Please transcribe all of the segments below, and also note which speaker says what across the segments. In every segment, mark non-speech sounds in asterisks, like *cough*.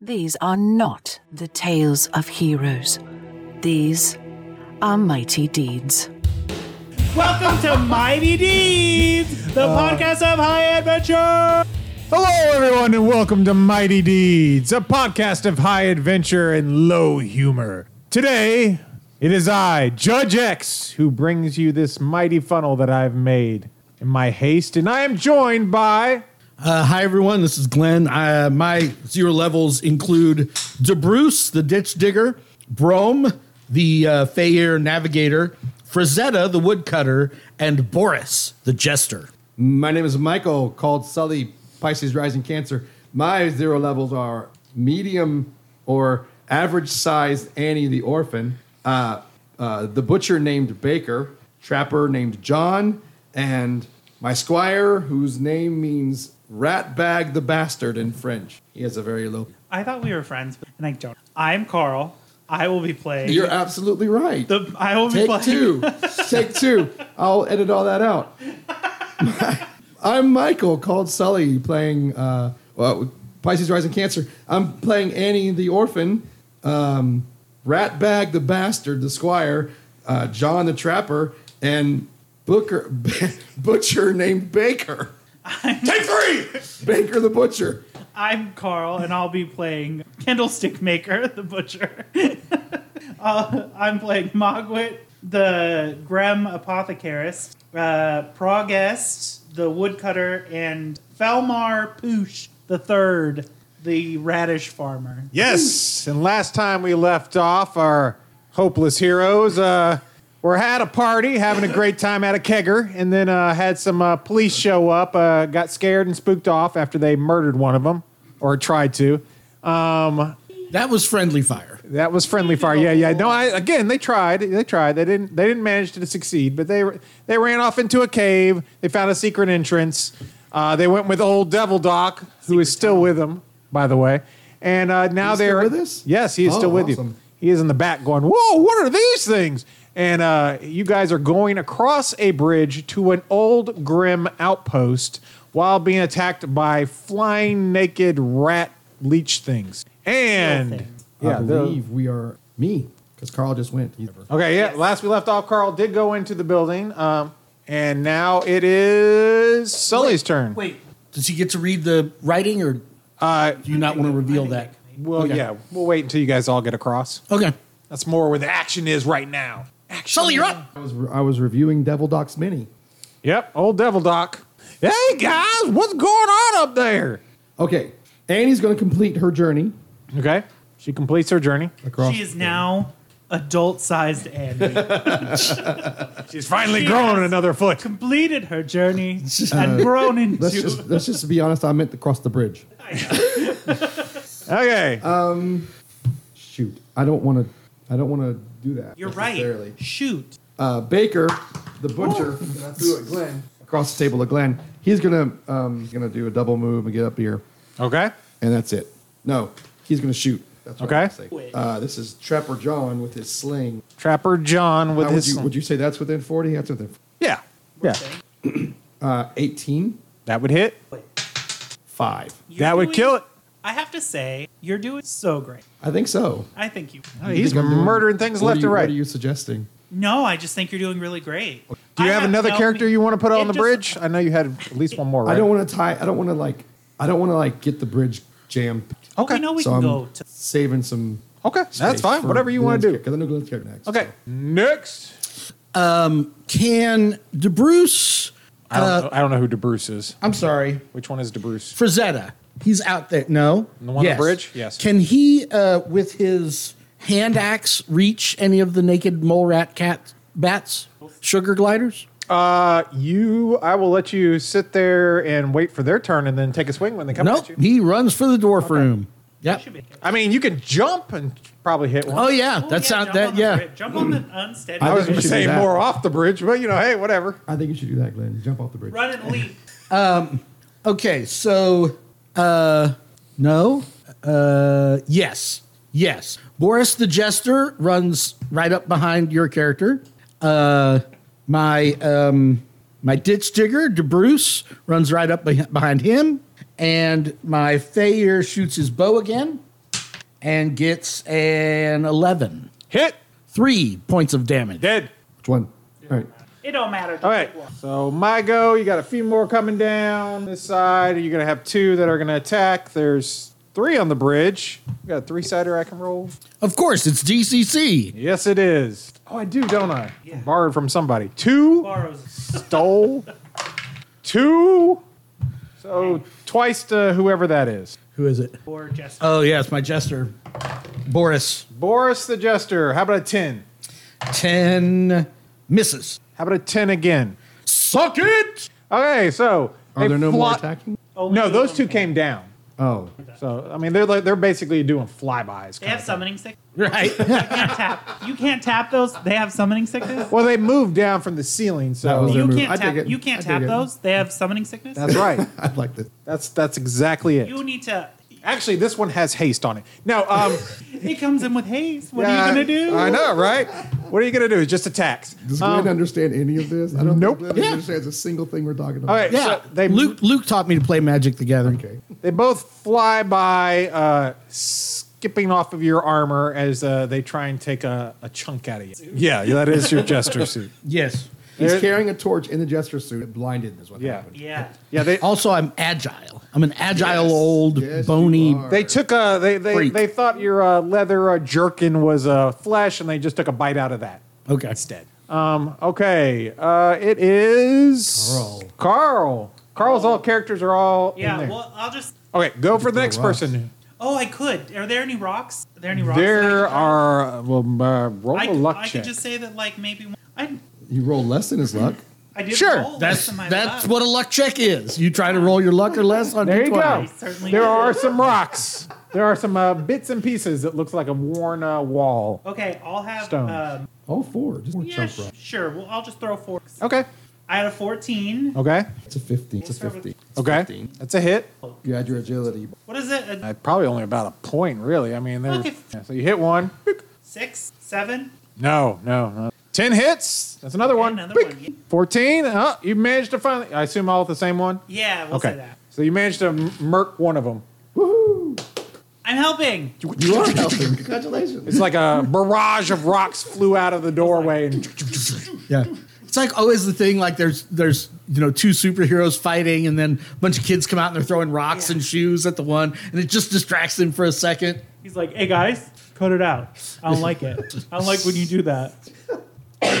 Speaker 1: These are not the tales of heroes. These are mighty deeds.
Speaker 2: Welcome to Mighty Deeds, the podcast of high adventure.
Speaker 3: Uh, Hello, everyone, and welcome to Mighty Deeds, a podcast of high adventure and low humor. Today, it is I, Judge X, who brings you this mighty funnel that I've made in my haste, and I am joined by.
Speaker 4: Uh, hi everyone, this is Glenn. Uh, my zero levels include DeBruce, the ditch digger, Brome, the uh, Fayer navigator, Frazetta, the woodcutter, and Boris, the jester.
Speaker 5: My name is Michael, called Sully Pisces Rising Cancer. My zero levels are medium or average sized Annie the Orphan, uh, uh, the butcher named Baker, trapper named John, and my squire, whose name means rat bag the bastard in French. He has a very low.
Speaker 2: I thought we were friends, but and I don't. I'm Carl. I will be playing.
Speaker 5: You're absolutely right.
Speaker 2: the, I will
Speaker 5: Take
Speaker 2: be playing.
Speaker 5: two. Take two. I'll edit all that out. *laughs* I'm Michael, called Sully, playing uh, well, Pisces Rising Cancer. I'm playing Annie the Orphan, um, Ratbag the Bastard, the Squire, uh, John the Trapper, and Booker *laughs* Butcher named Baker. Take three! Baker the Butcher.
Speaker 2: I'm Carl, and I'll be playing Candlestick Maker, *laughs* the butcher. uh, I'm playing Mogwit, the Grim Apothecarist, uh, Progest, the woodcutter, and Felmar Poosh, the third, the radish farmer.
Speaker 3: Yes, and last time we left off, our hopeless heroes uh, were at a party, having a great time at a kegger, and then uh, had some uh, police show up, uh, got scared and spooked off after they murdered one of them, or tried to.
Speaker 4: That was friendly fire.
Speaker 3: That was friendly fire. Yeah, yeah. No, I again they tried. They tried. They didn't they didn't manage to succeed, but they they ran off into a cave. They found a secret entrance. Uh, they went with old Devil Doc, who is still with them, by the way. And uh, now
Speaker 5: He's still
Speaker 3: they're
Speaker 5: with us?
Speaker 3: Yes, he is still
Speaker 5: Oh,
Speaker 3: with you.
Speaker 5: awesome.
Speaker 3: He is in the back going, "Whoa, what are these things?" And uh, you guys are going across a bridge to an old grim outpost while being attacked by flying naked rat leech things. And
Speaker 2: things.
Speaker 5: I
Speaker 3: they're-
Speaker 5: believe we are me, because Carl just went. He's-
Speaker 3: Okay, yeah. Last we left off, Carl did go into the building, um, and now it is Sully's turn.
Speaker 2: Wait,
Speaker 4: Does he get to read the writing, or
Speaker 3: Uh,
Speaker 4: do you not want to reveal that?
Speaker 3: well,
Speaker 4: Okay.
Speaker 3: yeah, we'll wait until you guys all get across.
Speaker 4: Okay,
Speaker 3: That's more where the action is right now. Action.
Speaker 4: Sully, you're up.
Speaker 5: I was, I was reviewing Devil Doc's Mini.
Speaker 3: Yep, old Devil Doc. Hey guys, what's going on up there?
Speaker 5: Okay, Annie's going to complete her journey
Speaker 3: Okay, she completes her journey.
Speaker 5: across.
Speaker 2: she is now adult-sized Annie.
Speaker 5: *laughs*
Speaker 3: She's finally
Speaker 2: She
Speaker 3: grown
Speaker 2: has-
Speaker 3: another foot.
Speaker 2: Completed
Speaker 5: *laughs*
Speaker 2: her journey and grown into.
Speaker 5: Let's just let's just be honest. I meant to cross the bridge.
Speaker 3: Okay,
Speaker 5: Shoot, I don't want to. I don't want to do that.
Speaker 2: You're
Speaker 5: necessarily.
Speaker 2: right. Shoot.
Speaker 5: Uh, Baker, the butcher, that I threw at Glenn across the table at Glenn. He's gonna um, he's gonna do a double move and get up here,
Speaker 3: okay,
Speaker 5: and that's it. No, he's gonna shoot. That's what I
Speaker 3: Okay.
Speaker 5: was gonna say. Uh, this is Trapper John with his sling.
Speaker 3: Trapper John with
Speaker 5: How would
Speaker 3: his
Speaker 5: you, would you say that's within forty? That's within
Speaker 3: yeah yeah
Speaker 5: uh, 18,
Speaker 3: that would hit.
Speaker 5: five.
Speaker 2: You're
Speaker 3: That would
Speaker 2: doing-
Speaker 3: kill it.
Speaker 2: I have to say, you're doing so great.
Speaker 5: I think so.
Speaker 2: I think you.
Speaker 3: He's
Speaker 5: Think I'm doing-
Speaker 3: murdering things
Speaker 5: what
Speaker 3: left
Speaker 5: are you-
Speaker 3: and right.
Speaker 5: What are you suggesting?
Speaker 2: No, I just think you're doing really great.
Speaker 3: Do you
Speaker 2: I
Speaker 3: have, another
Speaker 2: no-
Speaker 3: character you want to put
Speaker 2: it
Speaker 3: on the
Speaker 2: just- Oh,
Speaker 3: bridge? I know you had at least one more, right?
Speaker 5: I don't want to tie. I don't want to like. I don't want to like get the bridge jammed.
Speaker 3: Okay.
Speaker 2: We know Oh, we
Speaker 5: so
Speaker 2: can
Speaker 5: I'm
Speaker 2: go to.
Speaker 5: saving some.
Speaker 3: Okay, that's fine. Whatever you want to do.
Speaker 5: Because I know Glenn's character next.
Speaker 3: Okay, next.
Speaker 4: Can DeBruce
Speaker 3: I don't, know, I don't know who DeBruce is.
Speaker 4: I'm sorry,
Speaker 3: Which one is DeBruce?
Speaker 4: Frazetta. He's out there. No,
Speaker 3: The one on the bridge? Yes.
Speaker 4: Can he, uh, with his hand axe, reach any of the naked mole rat cat bats, sugar gliders?
Speaker 3: Uh, you. I will let you sit there and wait for their turn, and then take a swing when they come. at
Speaker 4: nope.
Speaker 3: you.
Speaker 4: He runs for the dwarf room. Yep.
Speaker 2: Should be good.
Speaker 3: I mean, you can jump and probably hit one.
Speaker 4: Oh yeah,
Speaker 2: Oh,
Speaker 4: that's
Speaker 2: jump
Speaker 4: out
Speaker 2: on
Speaker 4: that
Speaker 2: the
Speaker 4: yeah.
Speaker 2: bridge. Jump on the
Speaker 3: *clears throat*
Speaker 2: unsteady.
Speaker 5: I
Speaker 3: I was
Speaker 2: bridge.
Speaker 3: going to
Speaker 5: should do
Speaker 3: say
Speaker 5: that.
Speaker 3: more off the bridge, but you know, hey, whatever.
Speaker 5: I think you should do that, Glenn. Jump off the bridge.
Speaker 2: Run and leap.
Speaker 4: Okay, so uh no. Uh yes. Yes. Boris the Jester runs right up behind your character. Uh my um my ditch digger, DeBruce, runs right up beh- behind him. And my Fayer shoots his bow again. and gets an 11.
Speaker 3: Hit.
Speaker 4: Three points of damage.
Speaker 3: Dead.
Speaker 5: Which one? All right.
Speaker 2: It don't matter.
Speaker 3: All right. So my go. You got a few more coming down this side. You're gonna have two that are gonna attack. There's three on the bridge. You got a three sider I can roll.
Speaker 4: Of course, it's DCC.
Speaker 3: Yes, it is. Oh, I do, don't I? Borrowed from somebody. Two
Speaker 2: Borrows.
Speaker 3: stole. two. So twice to whoever that is.
Speaker 4: Who is it?
Speaker 2: Or just
Speaker 3: Uh,
Speaker 4: Oh, yeah, it's my jester. Boris.
Speaker 3: Boris the Jester. How about a ten?
Speaker 4: 10 misses.
Speaker 3: How about a ten again?
Speaker 4: Suck it!
Speaker 3: Okay, so
Speaker 5: Are
Speaker 3: they
Speaker 5: there no more
Speaker 3: fly-
Speaker 5: attacking?
Speaker 2: only
Speaker 3: No, those two
Speaker 2: one
Speaker 3: came down.
Speaker 5: Oh,
Speaker 3: So I mean, they're like, they're basically doing flybys.
Speaker 2: They have summoning sick.
Speaker 5: *laughs*
Speaker 4: Right.
Speaker 2: You can't tap. You can't tap those. They have summoning sickness.
Speaker 3: Well, they moved down from the ceiling,
Speaker 5: That
Speaker 3: so
Speaker 5: was their
Speaker 2: You
Speaker 5: move. I
Speaker 2: can't
Speaker 5: dig
Speaker 2: tap.
Speaker 5: it.
Speaker 2: You can't
Speaker 5: I
Speaker 2: tap
Speaker 5: dig it.
Speaker 2: those. They have summoning
Speaker 3: *laughs*
Speaker 2: sickness.
Speaker 3: that's right.
Speaker 5: I'd like that.
Speaker 3: That's that's exactly it.
Speaker 2: You need to.
Speaker 3: Actually, this one has haste on it. No, um,
Speaker 2: It comes in with haste. What
Speaker 3: yeah,
Speaker 2: are you gonna do?
Speaker 3: I know, right? What are you gonna do? Just attacks.
Speaker 5: Does Glenn understand any of this? I don't
Speaker 3: Um, nope.
Speaker 5: think Glenn understands a single thing we're talking about.
Speaker 3: All right,
Speaker 4: Yeah.
Speaker 3: so they
Speaker 4: Luke, Luke taught me to play Magic the Gathering.
Speaker 5: Okay.
Speaker 3: they both fly by, uh, skipping off of your armor as uh, they try and take a, a chunk out of you. Yeah, that is your *laughs* jester suit.
Speaker 4: Yes.
Speaker 5: He's
Speaker 3: There-
Speaker 5: carrying a torch in the jester suit. It blinded is what
Speaker 3: Yeah.
Speaker 5: happened.
Speaker 2: Yeah.
Speaker 3: Yeah, they
Speaker 4: Also, I'm agile. I'm an agile
Speaker 5: Yes.
Speaker 4: old
Speaker 5: Yes, you
Speaker 4: bony.
Speaker 5: are.
Speaker 3: They took a they they,
Speaker 4: Freak.
Speaker 3: they thought your uh, leather uh, jerkin was uh, flesh, and they just took a bite out of that.
Speaker 4: Okay.
Speaker 3: instead. Um, okay, uh, it is
Speaker 4: Carl.
Speaker 3: Carl. Carl's all characters are all in
Speaker 2: Yeah.
Speaker 3: there.
Speaker 2: Well, I'll just.
Speaker 3: okay, go for the next
Speaker 5: rocks.
Speaker 3: person.
Speaker 2: Oh, I could. Are there any rocks? Are there any rocks? that I
Speaker 3: There
Speaker 2: could try?
Speaker 3: are uh, well, uh, roll
Speaker 2: I,
Speaker 3: a
Speaker 2: could-
Speaker 3: luck
Speaker 2: I
Speaker 3: check.
Speaker 2: could just say that, like, maybe one- I.
Speaker 5: You roll less than his luck.
Speaker 2: I did
Speaker 3: Sure.
Speaker 2: Roll
Speaker 4: That's
Speaker 2: less than my
Speaker 4: that's
Speaker 2: luck.
Speaker 4: what a luck check is. You try to roll your luck or less on
Speaker 3: there you
Speaker 4: D20.
Speaker 3: go.
Speaker 2: I certainly
Speaker 3: There
Speaker 2: did.
Speaker 3: are
Speaker 2: *laughs*
Speaker 3: some rocks. There are some uh, bits and pieces that looks like a worn uh, wall.
Speaker 2: Okay, I'll have.
Speaker 3: Stones.
Speaker 2: Um,
Speaker 5: All four. Just
Speaker 2: yeah,
Speaker 5: jump
Speaker 2: sh-
Speaker 5: rock.
Speaker 2: sure. Well, I'll just throw four.
Speaker 3: Okay.
Speaker 2: I had a fourteen.
Speaker 3: Okay.
Speaker 5: It's a 15. It's a
Speaker 2: We'll start
Speaker 5: 15. It's
Speaker 3: Okay.
Speaker 5: 15.
Speaker 3: That's a hit.
Speaker 5: You add
Speaker 3: *laughs*
Speaker 5: your agility.
Speaker 2: What is it? A
Speaker 3: Uh, probably only about a point, really. I mean, there was,
Speaker 2: Okay.
Speaker 3: yeah, so you hit one. Boop.
Speaker 2: six, seven.
Speaker 3: No, no, no. Ten hits. That's another one.
Speaker 2: Another
Speaker 3: Boop.
Speaker 2: one, yeah.
Speaker 3: Fourteen. Oh, you managed to finally. I assume all at the same one.
Speaker 2: Yeah, we'll say
Speaker 3: Okay.
Speaker 2: that.
Speaker 3: So you managed to m- murk one of them.
Speaker 2: I'm helping.
Speaker 5: You are helping. Congratulations.
Speaker 3: It's like
Speaker 2: *laughs*
Speaker 3: a barrage of rocks flew out of the doorway, and
Speaker 4: Yeah. It's like always the thing like there's there's you know two superheroes fighting and then a bunch of kids come out and they're throwing rocks
Speaker 2: Yeah.
Speaker 4: and shoes at the one and it just distracts them for a second.
Speaker 2: He's like, hey guys, cut it out. I don't like it. I don't like when you do that.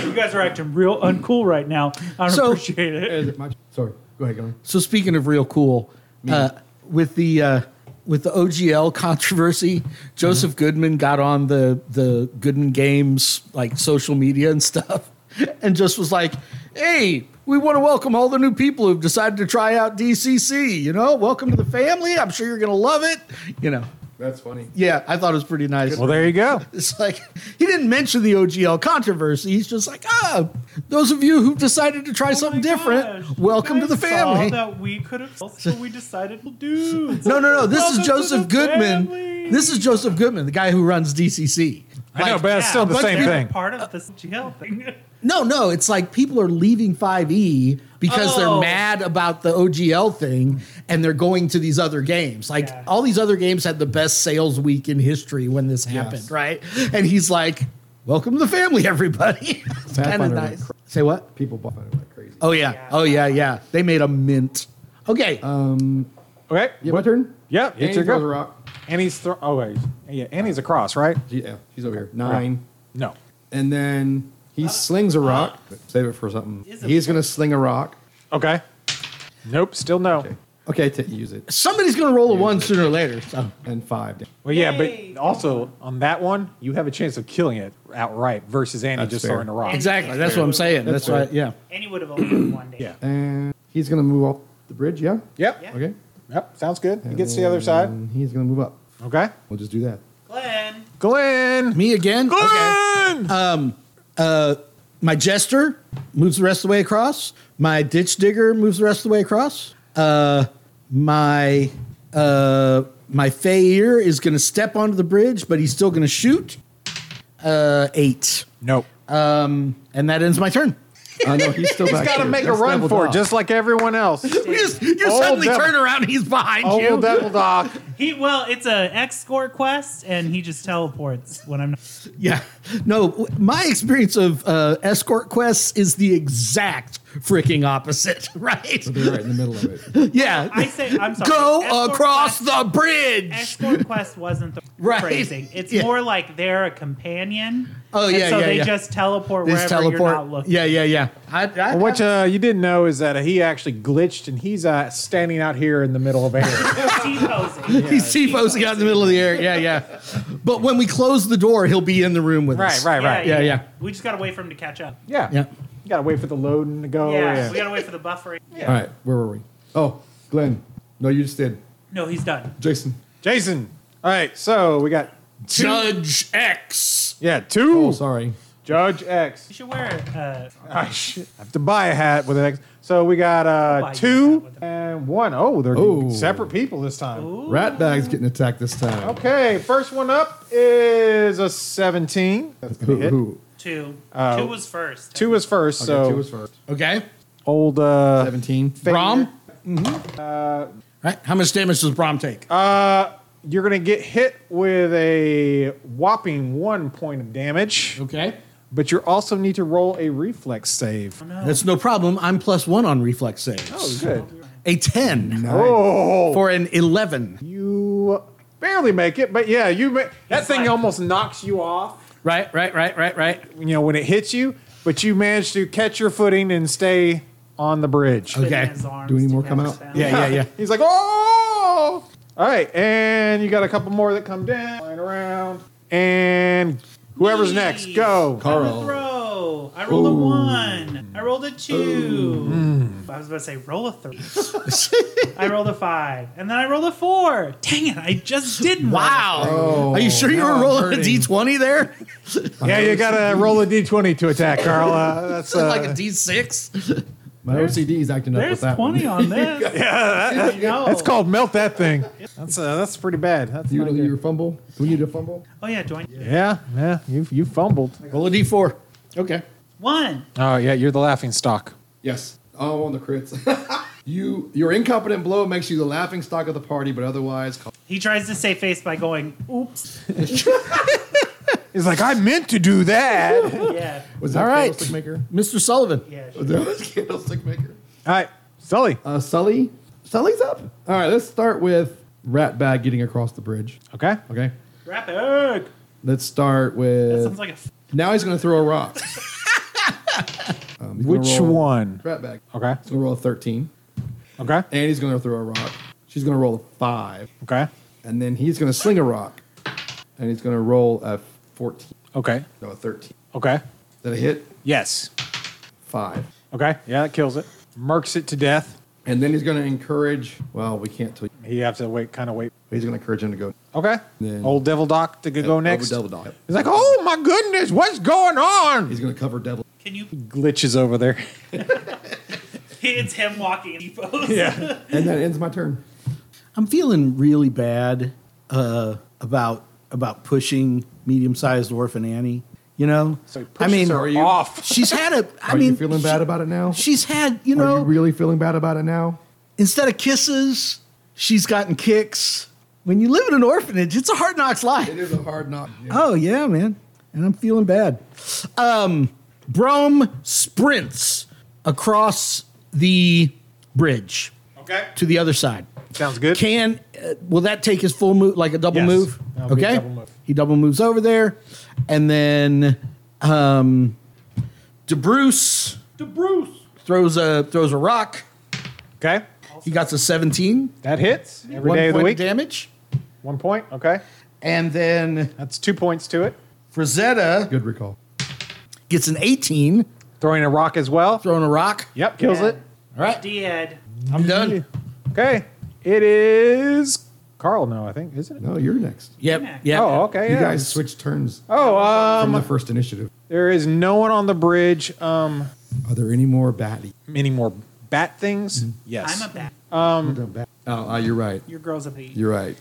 Speaker 2: You guys are acting real uncool right now. I don't
Speaker 4: So-
Speaker 2: appreciate it. Oh
Speaker 5: Is it my- Sorry. Go ahead, Glenn.
Speaker 4: So speaking of real cool, uh, with the uh, with the OGL *laughs* controversy, Joseph Goodman got on the the Goodman Games like social media and stuff, *laughs* and just was like, "Hey, we want to welcome all the new people who've decided to try out DCC. You know, welcome to the family. I'm sure you're gonna love it. You know."
Speaker 5: That's funny.
Speaker 4: Yeah, I thought it was pretty nice.
Speaker 3: well, there you go.
Speaker 4: It's like he didn't mention the OGL controversy. He's just like, ah, those of you who've decided to try
Speaker 2: Oh
Speaker 4: something
Speaker 2: my
Speaker 4: different,
Speaker 2: gosh, you
Speaker 4: welcome to
Speaker 2: guys
Speaker 4: the family.
Speaker 2: Saw that we could have, so we decided to do.
Speaker 4: No, no, no. This
Speaker 2: Welcome
Speaker 4: is
Speaker 2: to
Speaker 4: Joseph
Speaker 2: the
Speaker 4: Goodman.
Speaker 2: family.
Speaker 4: This is Joseph Goodman, the guy who runs DCC.
Speaker 3: I know, but it's still the
Speaker 2: but
Speaker 3: same
Speaker 2: they're
Speaker 3: thing.
Speaker 2: Part of this jail thing.
Speaker 4: No, no. It's like people are leaving 5e because
Speaker 2: Oh.
Speaker 4: they're mad about the OGL thing and they're going to these other games. Like
Speaker 2: Yeah.
Speaker 4: all these other games had the best sales week in history when this happened, right? And he's like, welcome to the family, everybody. it's kind of
Speaker 5: Pathfinder
Speaker 4: nice.
Speaker 5: went cra-
Speaker 4: Say what?
Speaker 5: People buff it like crazy.
Speaker 4: Oh, yeah. Oh, yeah, yeah. They made a mint. Okay.
Speaker 3: Okay.
Speaker 5: Yeah, my turn?
Speaker 3: Yep. It's
Speaker 5: Annie
Speaker 3: your
Speaker 5: throws a
Speaker 3: go.
Speaker 5: rock.
Speaker 3: Annie's throw. Oh wait. Yeah. Annie's across, right?
Speaker 5: She- yeah, she's over here. Nine.
Speaker 3: No.
Speaker 5: And then he slings a rock. Save it for something.
Speaker 2: Is it-
Speaker 5: He's going to sling a rock.
Speaker 3: Okay. Nope. Still no.
Speaker 5: Okay, to use it.
Speaker 4: Somebody's going to roll a one sooner or later. So.
Speaker 5: And five.
Speaker 3: Well, yeah,
Speaker 2: Yay.
Speaker 3: but also on that one, you have a chance of killing it outright versus Annie
Speaker 5: That's
Speaker 3: just
Speaker 5: fair.
Speaker 3: throwing a rock.
Speaker 4: Exactly. That's what I'm saying. That's,
Speaker 5: That's
Speaker 3: uh,
Speaker 4: why.
Speaker 5: fair.
Speaker 4: Yeah.
Speaker 2: *laughs* And he would have only been one day.
Speaker 3: Yeah.
Speaker 5: And he's going to move off the bridge, yeah?
Speaker 3: Yep.
Speaker 2: Yeah.
Speaker 5: Okay.
Speaker 3: Yep. Sounds good. He gets to the other side.
Speaker 5: And he's going to move up.
Speaker 3: Okay.
Speaker 5: We'll just do that.
Speaker 2: Glenn.
Speaker 3: Glenn.
Speaker 4: Me again.
Speaker 3: Glenn.
Speaker 4: my jester moves the rest of the way across. My ditch digger moves the rest of the way across. Uh, my uh, my fair is going to step onto the bridge, but he's still going to shoot. Uh, eight,
Speaker 3: nope.
Speaker 2: *laughs*
Speaker 4: um, and that ends my turn.
Speaker 5: I know Uh, he's
Speaker 3: *laughs*
Speaker 5: still
Speaker 3: He's
Speaker 5: back
Speaker 3: got to
Speaker 5: here.
Speaker 3: make a
Speaker 5: That's
Speaker 3: run
Speaker 5: Devil
Speaker 3: for it,
Speaker 5: Dog.
Speaker 3: just like everyone *laughs* else.
Speaker 4: You, just- you
Speaker 2: Oh,
Speaker 3: Old
Speaker 4: suddenly
Speaker 3: devil.
Speaker 4: turn around and he's behind you.
Speaker 3: Old Devil Doc.
Speaker 2: He well, it's a escort quest, and he just teleports when I'm.
Speaker 4: Yeah. No, w- my experience of uh, escort quests is the exact freaking opposite, *laughs* right?
Speaker 5: They're right in the middle
Speaker 3: *laughs*
Speaker 5: of it.
Speaker 4: Yeah.
Speaker 2: Mm-hmm. I say I'm sorry.
Speaker 4: Go
Speaker 2: escort
Speaker 4: across
Speaker 2: quest-
Speaker 4: the bridge.
Speaker 2: Escort quest wasn't the
Speaker 4: *laughs* Right.
Speaker 2: phrasing. It's
Speaker 4: Yeah.
Speaker 2: more like they're a companion.
Speaker 4: Oh,
Speaker 2: and
Speaker 4: yeah,
Speaker 2: so
Speaker 4: yeah,
Speaker 2: they
Speaker 4: yeah.
Speaker 2: just teleport
Speaker 4: This
Speaker 2: wherever you're not looking.
Speaker 4: Yeah, yeah, yeah. I, I,
Speaker 3: What uh, you didn't know is that he actually glitched and he's uh, standing out here in the middle *laughs* of air.
Speaker 4: *laughs*
Speaker 2: T-posing.
Speaker 4: He's T-posing out in the middle of the air. Yeah, yeah. But when we close the door, he'll be in the room with
Speaker 3: right,
Speaker 4: us.
Speaker 3: right, right.
Speaker 4: Yeah, yeah.
Speaker 2: We just gotta wait for him to catch up.
Speaker 3: Yeah.
Speaker 4: Yeah.
Speaker 3: You got to wait for the loading to go.
Speaker 2: yeah,
Speaker 3: Oh, Yeah.
Speaker 2: we gotta wait for the buffering.
Speaker 5: All right, where were we? Oh, Glenn. No, you just did.
Speaker 2: No, he's done.
Speaker 5: Jason.
Speaker 3: Jason. All right. So we got,
Speaker 4: Judge X.
Speaker 3: yeah, two.
Speaker 5: Oh, sorry.
Speaker 3: Judge X.
Speaker 2: You should wear.
Speaker 3: *laughs*
Speaker 2: Uh,
Speaker 3: I sh- have to buy a hat with an X. So we got uh,
Speaker 2: Buy you a hat
Speaker 3: two
Speaker 2: with
Speaker 3: and one. Oh, they're
Speaker 5: Ooh.
Speaker 3: separate people this time.
Speaker 5: Rat bag's getting attacked this time.
Speaker 3: Okay, first one up is a 17. That's
Speaker 5: Who,
Speaker 3: going to hit.
Speaker 5: who?
Speaker 2: two. two was first.
Speaker 3: Two is first, so
Speaker 5: Okay, two was first.
Speaker 4: Okay.
Speaker 3: old uh,
Speaker 5: 17.
Speaker 3: Finger.
Speaker 4: Brom. Uh, right. How much damage does Brom take?
Speaker 3: Uh, you're going to get hit with a whopping one point of damage,
Speaker 4: okay.
Speaker 3: but you also need to roll a reflex
Speaker 2: Oh,
Speaker 3: save.
Speaker 4: That's no problem. I'm plus one on reflex saves.
Speaker 3: Oh, good.
Speaker 4: A 10
Speaker 3: Oh,
Speaker 4: for an 11.
Speaker 3: you barely make it, but yeah, you ma- that thing
Speaker 2: like-
Speaker 3: almost knocks you off.
Speaker 4: Right, right, right, right, right.
Speaker 3: You know when it hits you, but you manage to catch your footing and stay on the bridge.
Speaker 4: Okay.
Speaker 2: Putting his arms
Speaker 5: Do any more come
Speaker 2: together
Speaker 5: out?
Speaker 2: sound.
Speaker 4: Yeah, yeah, yeah.
Speaker 3: He's like, oh! All right, and you got a couple more that come down, lying around. And whoever's next, go.
Speaker 2: I
Speaker 5: Carl.
Speaker 2: would throw. I rolled a one. I rolled a two.
Speaker 4: Mm-hmm.
Speaker 2: I was about to say roll a three. *laughs* I rolled a five, and then I rolled a four. Dang it! I just didn't.
Speaker 4: Wow.
Speaker 5: Oh,
Speaker 4: Are you sure you
Speaker 5: now
Speaker 4: were
Speaker 5: I'm
Speaker 4: rolling
Speaker 5: hurting.
Speaker 4: a d20 there?
Speaker 3: Yeah, you got to roll a d20 to attack, Carl. Uh, that's uh,
Speaker 4: *laughs* like a d6?
Speaker 5: My OCD is acting up with
Speaker 2: There's
Speaker 5: that one. *laughs*
Speaker 2: twenty on this. yeah,
Speaker 3: that's called melt that thing. That's uh, that's pretty bad. That's
Speaker 5: You,
Speaker 3: not
Speaker 5: you
Speaker 3: good.
Speaker 5: fumble? Do we need a fumble?
Speaker 2: Oh yeah, do I?
Speaker 3: Yeah, yeah, you you fumbled.
Speaker 4: Roll a d4. Okay.
Speaker 2: One.
Speaker 3: Oh yeah, you're the laughing stock.
Speaker 5: Yes. Oh, on the crits. *laughs* you your incompetent blow makes you the laughing stock of the party, but otherwise,
Speaker 2: He tries to save face by going, "Oops."
Speaker 3: He's like, I meant to do that. *laughs* All
Speaker 2: Yeah.
Speaker 5: was that
Speaker 3: All right.
Speaker 5: candlestick maker?
Speaker 4: Mr. Sullivan.
Speaker 2: Yeah. sure.
Speaker 5: That was candlestick maker.
Speaker 3: right, Sully.
Speaker 5: Uh, Sully, Sully's up. All right, let's start with Ratbag getting across the bridge.
Speaker 3: Okay.
Speaker 5: Okay,
Speaker 2: Rapid. That
Speaker 5: let's start with.
Speaker 2: sounds like a. F-
Speaker 5: now he's going to throw a rock. Um, he's gonna
Speaker 3: Which
Speaker 5: roll-
Speaker 3: one?
Speaker 5: Ratbag.
Speaker 3: Okay.
Speaker 5: He's going to roll a thirteen,
Speaker 3: Okay.
Speaker 5: and he's going to throw a rock. She's going to roll a five,
Speaker 3: Okay.
Speaker 5: and then he's going to sling a rock, and he's going to roll a fourteen.
Speaker 3: Okay.
Speaker 5: No, a thirteen.
Speaker 3: Okay.
Speaker 5: Did I hit
Speaker 3: Yes.
Speaker 5: five?
Speaker 3: Okay. Yeah, that kills it. Murks it to death.
Speaker 5: And then he's going to encourage. Well, we can't tell you.
Speaker 3: You have to wait, kind of wait.
Speaker 5: He's going to encourage him to go.
Speaker 3: Okay.
Speaker 5: Then-
Speaker 3: Old Devil Doc to go
Speaker 5: Double-
Speaker 3: next.
Speaker 5: Double dog.
Speaker 3: He's like, oh my goodness, what's going on?
Speaker 5: He's going to cover devil.
Speaker 2: can you?
Speaker 3: glitches over there.
Speaker 2: It's him walking *laughs* in pose.
Speaker 3: Yeah.
Speaker 5: And that ends my turn.
Speaker 4: I'm feeling really bad uh, about about pushing medium-sized orphan Annie. You know,
Speaker 3: So he pushes
Speaker 4: I mean,
Speaker 3: her Are you- off.
Speaker 4: She's had a. I
Speaker 5: Are
Speaker 4: mean,
Speaker 5: you feeling bad about it now?
Speaker 4: she's had. You
Speaker 5: Are
Speaker 4: know,
Speaker 5: you really feeling bad about it now?
Speaker 4: instead of kisses, she's gotten kicks. When you live in an orphanage, it's a hard knocks life.
Speaker 5: is a hard knock.
Speaker 4: Oh yeah, man. And I'm feeling bad. Um Brome sprints across the bridge
Speaker 3: okay.
Speaker 4: to the other side.
Speaker 3: Sounds good.
Speaker 4: Can uh, will that take his full move like a double
Speaker 3: Yes.
Speaker 4: move?
Speaker 3: That'll be a
Speaker 4: Okay.
Speaker 3: double move.
Speaker 4: He double moves over there and then um DeBruce
Speaker 2: To Bruce.
Speaker 4: throws a throws a rock.
Speaker 3: Okay.
Speaker 4: He got to 17
Speaker 3: That hits every
Speaker 4: one
Speaker 3: day of the
Speaker 4: point
Speaker 3: week.
Speaker 4: damage.
Speaker 3: One point. Okay.
Speaker 4: And then
Speaker 3: That's two points to it.
Speaker 4: Frazetta
Speaker 5: Good recall.
Speaker 4: gets an 18,
Speaker 3: Throwing a rock as well.
Speaker 4: throwing a rock.
Speaker 3: Yep. Kills
Speaker 2: Yeah.
Speaker 3: it.
Speaker 4: All right.
Speaker 2: Dead.
Speaker 4: I'm done.
Speaker 3: Okay. It is Carl now, I think, isn't it?
Speaker 5: No, you're next.
Speaker 4: Yep. Yep.
Speaker 3: Oh, okay.
Speaker 5: You
Speaker 3: yeah.
Speaker 5: guys switched turns
Speaker 3: Oh,
Speaker 5: from
Speaker 3: um,
Speaker 5: the first initiative.
Speaker 3: there is no one on the bridge. Um,
Speaker 5: Are there any more batty?
Speaker 3: any more bat things?
Speaker 5: Mm-hmm.
Speaker 3: Yes.
Speaker 2: I'm a bat.
Speaker 5: Oh, uh, you're right.
Speaker 2: Your girl's a bat.
Speaker 5: You're right.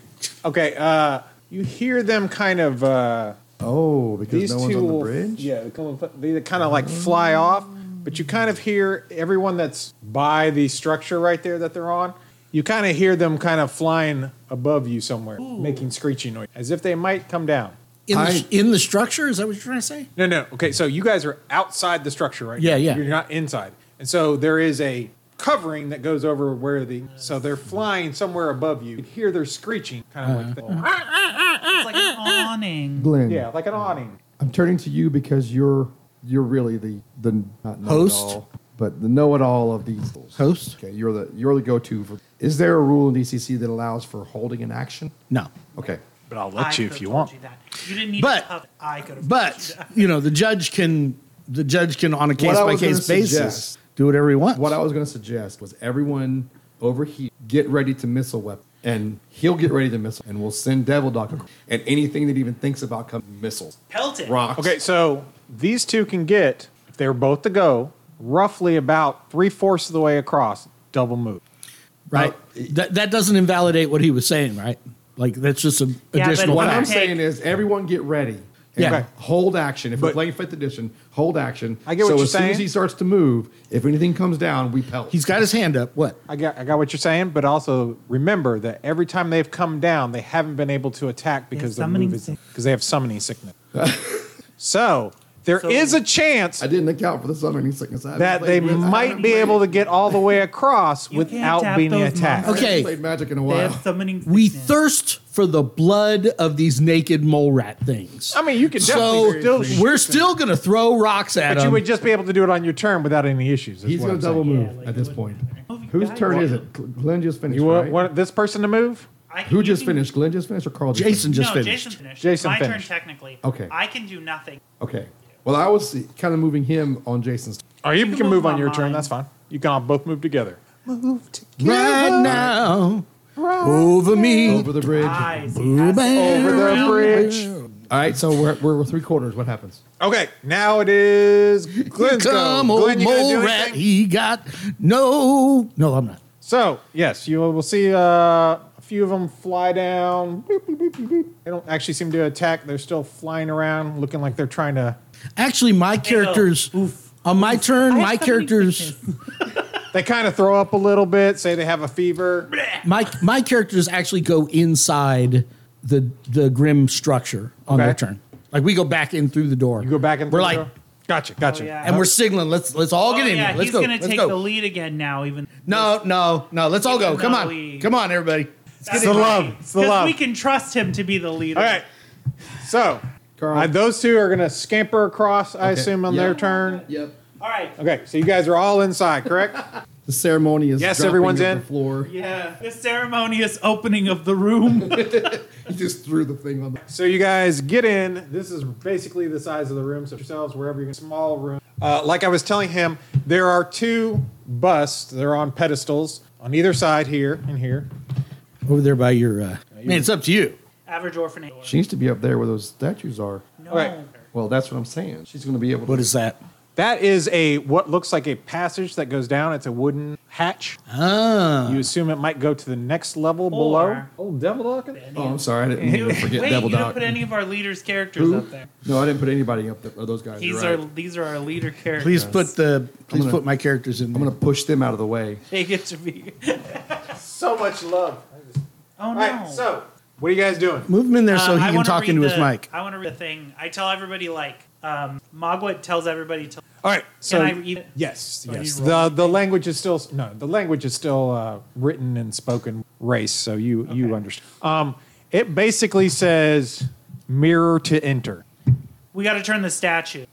Speaker 3: okay. Uh, you hear them kind of. Uh,
Speaker 5: Oh, because
Speaker 3: these
Speaker 5: no one's
Speaker 3: two
Speaker 5: on the
Speaker 3: will-
Speaker 5: bridge?
Speaker 3: Yeah, they kind of like fly off, but you kind of hear everyone that's by the structure right there that they're on. You kind of hear them kind of flying above you somewhere, making screeching noise as if they might come down.
Speaker 4: In,
Speaker 5: I-
Speaker 4: the, in the structure? Is that what you're trying to say?
Speaker 3: No, no. Okay, so you guys are outside the structure, right?
Speaker 4: Yeah,
Speaker 3: now.
Speaker 4: yeah.
Speaker 3: You're not inside, and so there is a covering that goes over where the so they're flying somewhere above you. You can hear their screeching, kind of like
Speaker 4: Uh-huh.
Speaker 3: the, ah,
Speaker 2: It's like *laughs* an awning.
Speaker 5: Glenn.
Speaker 3: yeah, like an awning.
Speaker 5: I'm turning to you because you're you're really the the not
Speaker 4: Host?
Speaker 5: know-it-all, but the know-it-all of these
Speaker 4: Host?
Speaker 5: Okay, you're the you're the go-to for. Is there a rule in DCC that allows for holding an action?
Speaker 4: No.
Speaker 5: Okay,
Speaker 3: But I'll
Speaker 2: I could've told You, that. you didn't need
Speaker 4: But-
Speaker 2: to puff. I could have.
Speaker 4: But you know, the judge can the judge can on a
Speaker 5: I
Speaker 4: case by
Speaker 5: was gonna
Speaker 4: case basis
Speaker 5: suggest-
Speaker 4: do whatever he wants.
Speaker 5: what I was going to suggest was everyone over here get ready to missile weapon, and he'll get ready to missile, and we'll send Devil Dog across, and anything that even thinks about coming missiles,
Speaker 2: pelt it.
Speaker 5: rocks.
Speaker 3: Okay, so these two can get if they're both to go roughly about three fourths of the way across, double move.
Speaker 4: right? that that doesn't invalidate what he was saying, right? Like that's just an
Speaker 2: Yeah, but
Speaker 4: additional
Speaker 5: What I'm
Speaker 4: fact.
Speaker 2: Okay.
Speaker 5: saying is, everyone get ready. And
Speaker 4: Yeah.
Speaker 5: okay, Hold action. If
Speaker 3: But-
Speaker 5: we're playing fifth edition, hold action.
Speaker 3: I get what
Speaker 5: so
Speaker 3: you're
Speaker 5: as soon as
Speaker 3: saying.
Speaker 5: he starts to move, if anything comes down, we pelt.
Speaker 4: He's got his hand up. What?
Speaker 3: I got, I got what you're saying, but also remember that every time they've come down, they haven't been able to attack because the
Speaker 2: summoning
Speaker 3: move is
Speaker 2: sick-
Speaker 3: because they have summoning
Speaker 4: *laughs*
Speaker 3: sickness. so there is a chance
Speaker 5: I didn't account for the summoning sickness. I haven't
Speaker 3: that they
Speaker 5: played with- I
Speaker 3: might
Speaker 5: haven't
Speaker 3: be
Speaker 5: played-
Speaker 3: able to get all the way across
Speaker 2: You can't
Speaker 3: without
Speaker 2: tap
Speaker 3: being
Speaker 2: those
Speaker 3: attacked.
Speaker 5: I
Speaker 4: monsters.
Speaker 5: haven't
Speaker 4: Okay.
Speaker 5: played Magic in a
Speaker 2: They
Speaker 5: while.
Speaker 2: have summoning.
Speaker 4: We
Speaker 2: sickness.
Speaker 4: thirst for the blood of these naked mole rat things.
Speaker 3: I mean, you could
Speaker 4: so
Speaker 3: definitely still shoot,
Speaker 4: we're still going to throw rocks at
Speaker 3: but you
Speaker 4: him.
Speaker 3: would just be able to do it on your turn without any issues. is
Speaker 5: He's
Speaker 3: what
Speaker 5: going
Speaker 3: I'm
Speaker 5: to double
Speaker 3: saying.
Speaker 5: move
Speaker 2: Yeah, like,
Speaker 5: at this
Speaker 2: it
Speaker 5: point.
Speaker 2: wouldn't matter. Oh, you
Speaker 5: Whose
Speaker 2: guys-
Speaker 5: turn is it? Gl- Glenn just finished.
Speaker 3: You want,
Speaker 5: right?
Speaker 3: want this person to move?
Speaker 2: I can-
Speaker 5: Who
Speaker 2: you
Speaker 5: just
Speaker 2: can-
Speaker 5: finished? Glenn just finished or Carl? just
Speaker 4: Jason
Speaker 5: finished?
Speaker 4: just
Speaker 2: no,
Speaker 4: finished.
Speaker 2: Jason finished.
Speaker 3: Jason
Speaker 2: My
Speaker 3: finished.
Speaker 2: turn, technically.
Speaker 5: Okay.
Speaker 2: I can do nothing.
Speaker 5: Okay. Well, I was kind of moving him on Jason's.
Speaker 3: Or you, can,
Speaker 2: Oh, can
Speaker 3: move
Speaker 2: move
Speaker 3: on
Speaker 2: on
Speaker 3: your turn.
Speaker 2: mine.
Speaker 3: That's fine. You can all both move together. Move together.
Speaker 4: right now over me.
Speaker 5: Over the bridge. All
Speaker 2: Eyes. Yes.
Speaker 3: Over the bridge.
Speaker 5: right, so we're, we're, we're three quarters. What happens?
Speaker 3: Okay, now it is Glenn's
Speaker 4: Come,
Speaker 3: go. Glenn,
Speaker 4: old
Speaker 3: you gonna do
Speaker 4: mole rat.
Speaker 3: anything?
Speaker 4: He got no. No, I'm not.
Speaker 3: So yes, you will see uh, a few of them fly down. Boop, boop, boop, boop, boop. They don't actually seem to attack. They're still flying around, looking like they're trying to.
Speaker 4: Actually, my characters on my turn.
Speaker 2: I have
Speaker 4: my
Speaker 2: so many
Speaker 4: characters. *laughs*
Speaker 2: sickness.
Speaker 3: They kind of throw up a little bit, say they have a fever.
Speaker 4: My my characters actually go inside the the grim structure on their
Speaker 3: Okay.
Speaker 4: turn. Like we go back in through the door.
Speaker 3: You go back and
Speaker 4: we're
Speaker 3: throw-
Speaker 4: like,
Speaker 3: gotcha, gotcha.
Speaker 2: yeah.
Speaker 4: and we're signaling. Let's let's all
Speaker 2: Oh,
Speaker 4: get in
Speaker 2: yeah,
Speaker 4: here. Let's
Speaker 2: he's
Speaker 4: go.
Speaker 2: gonna
Speaker 4: let's
Speaker 2: take
Speaker 4: go.
Speaker 2: the lead again now. Even
Speaker 4: No, no, no. Let's all go.
Speaker 2: Even
Speaker 4: Come
Speaker 2: though
Speaker 4: on,
Speaker 2: we-
Speaker 4: come on, everybody.
Speaker 2: That's
Speaker 3: the
Speaker 2: right,
Speaker 3: love. It's the
Speaker 2: 'cause
Speaker 3: love.
Speaker 2: We can trust him to be the leader.
Speaker 3: All right. So
Speaker 5: Carl.
Speaker 3: uh, those two are going to scamper across, I
Speaker 5: Okay.
Speaker 3: assume, on their
Speaker 5: Yep.
Speaker 3: turn.
Speaker 5: Yep.
Speaker 2: All right.
Speaker 3: Okay, so you guys are all inside, correct?
Speaker 5: The ceremony is.
Speaker 3: Yes,
Speaker 5: dropping
Speaker 3: everyone's
Speaker 5: of
Speaker 3: in.
Speaker 5: The floor.
Speaker 2: Yeah. The ceremonious opening of the room. *laughs*
Speaker 5: He just threw the thing on. The-
Speaker 3: so you guys get in. This is basically the size of the room. So yourselves, wherever you're in, small room. Uh, like I was telling him, there are two busts. They're on pedestals on either side here and here.
Speaker 4: Over there by your. Uh, man, it's up to you.
Speaker 2: Average orphanage.
Speaker 5: she needs to be up there where those statues are.
Speaker 2: No.
Speaker 3: Alright.
Speaker 5: Well, that's what I'm saying. She's going to be able. to...
Speaker 4: What is that?
Speaker 3: That is a what looks like a passage that goes down. It's a wooden hatch.
Speaker 4: Ah,
Speaker 3: You assume it might go to the next level below.
Speaker 2: Or-
Speaker 3: Old devil dog.
Speaker 5: Oh, I'm sorry. I didn't mean to forget
Speaker 2: Wait,
Speaker 5: Devil
Speaker 2: you
Speaker 5: Dog.
Speaker 2: don't put any of our leaders' characters
Speaker 5: Who?
Speaker 2: up there.
Speaker 5: No, I didn't put anybody up there. Or those guys.
Speaker 2: These
Speaker 5: you're right.
Speaker 2: are these are our leader characters.
Speaker 4: please put the. Please
Speaker 5: gonna-
Speaker 4: put my characters in.
Speaker 5: I'm going to push them out of the way.
Speaker 2: They get to be.
Speaker 3: So much love.
Speaker 2: Oh
Speaker 3: All
Speaker 2: no.
Speaker 3: right, so what are you guys doing?
Speaker 4: move him in there so
Speaker 2: Uh,
Speaker 4: he
Speaker 2: I
Speaker 4: can
Speaker 2: wanna
Speaker 4: talk
Speaker 2: read
Speaker 4: into
Speaker 2: the,
Speaker 4: his
Speaker 2: *laughs*
Speaker 4: mic.
Speaker 2: I want to read a thing. I tell everybody like um, Mogwat tells everybody to.
Speaker 3: All right. So
Speaker 2: I read it?
Speaker 3: yes,
Speaker 2: I
Speaker 3: yes.
Speaker 2: need to roll?
Speaker 3: The the language is still no. The language is still uh, written and spoken race. So you you understand. Um, it basically says mirror to enter.
Speaker 2: We got to turn the statue.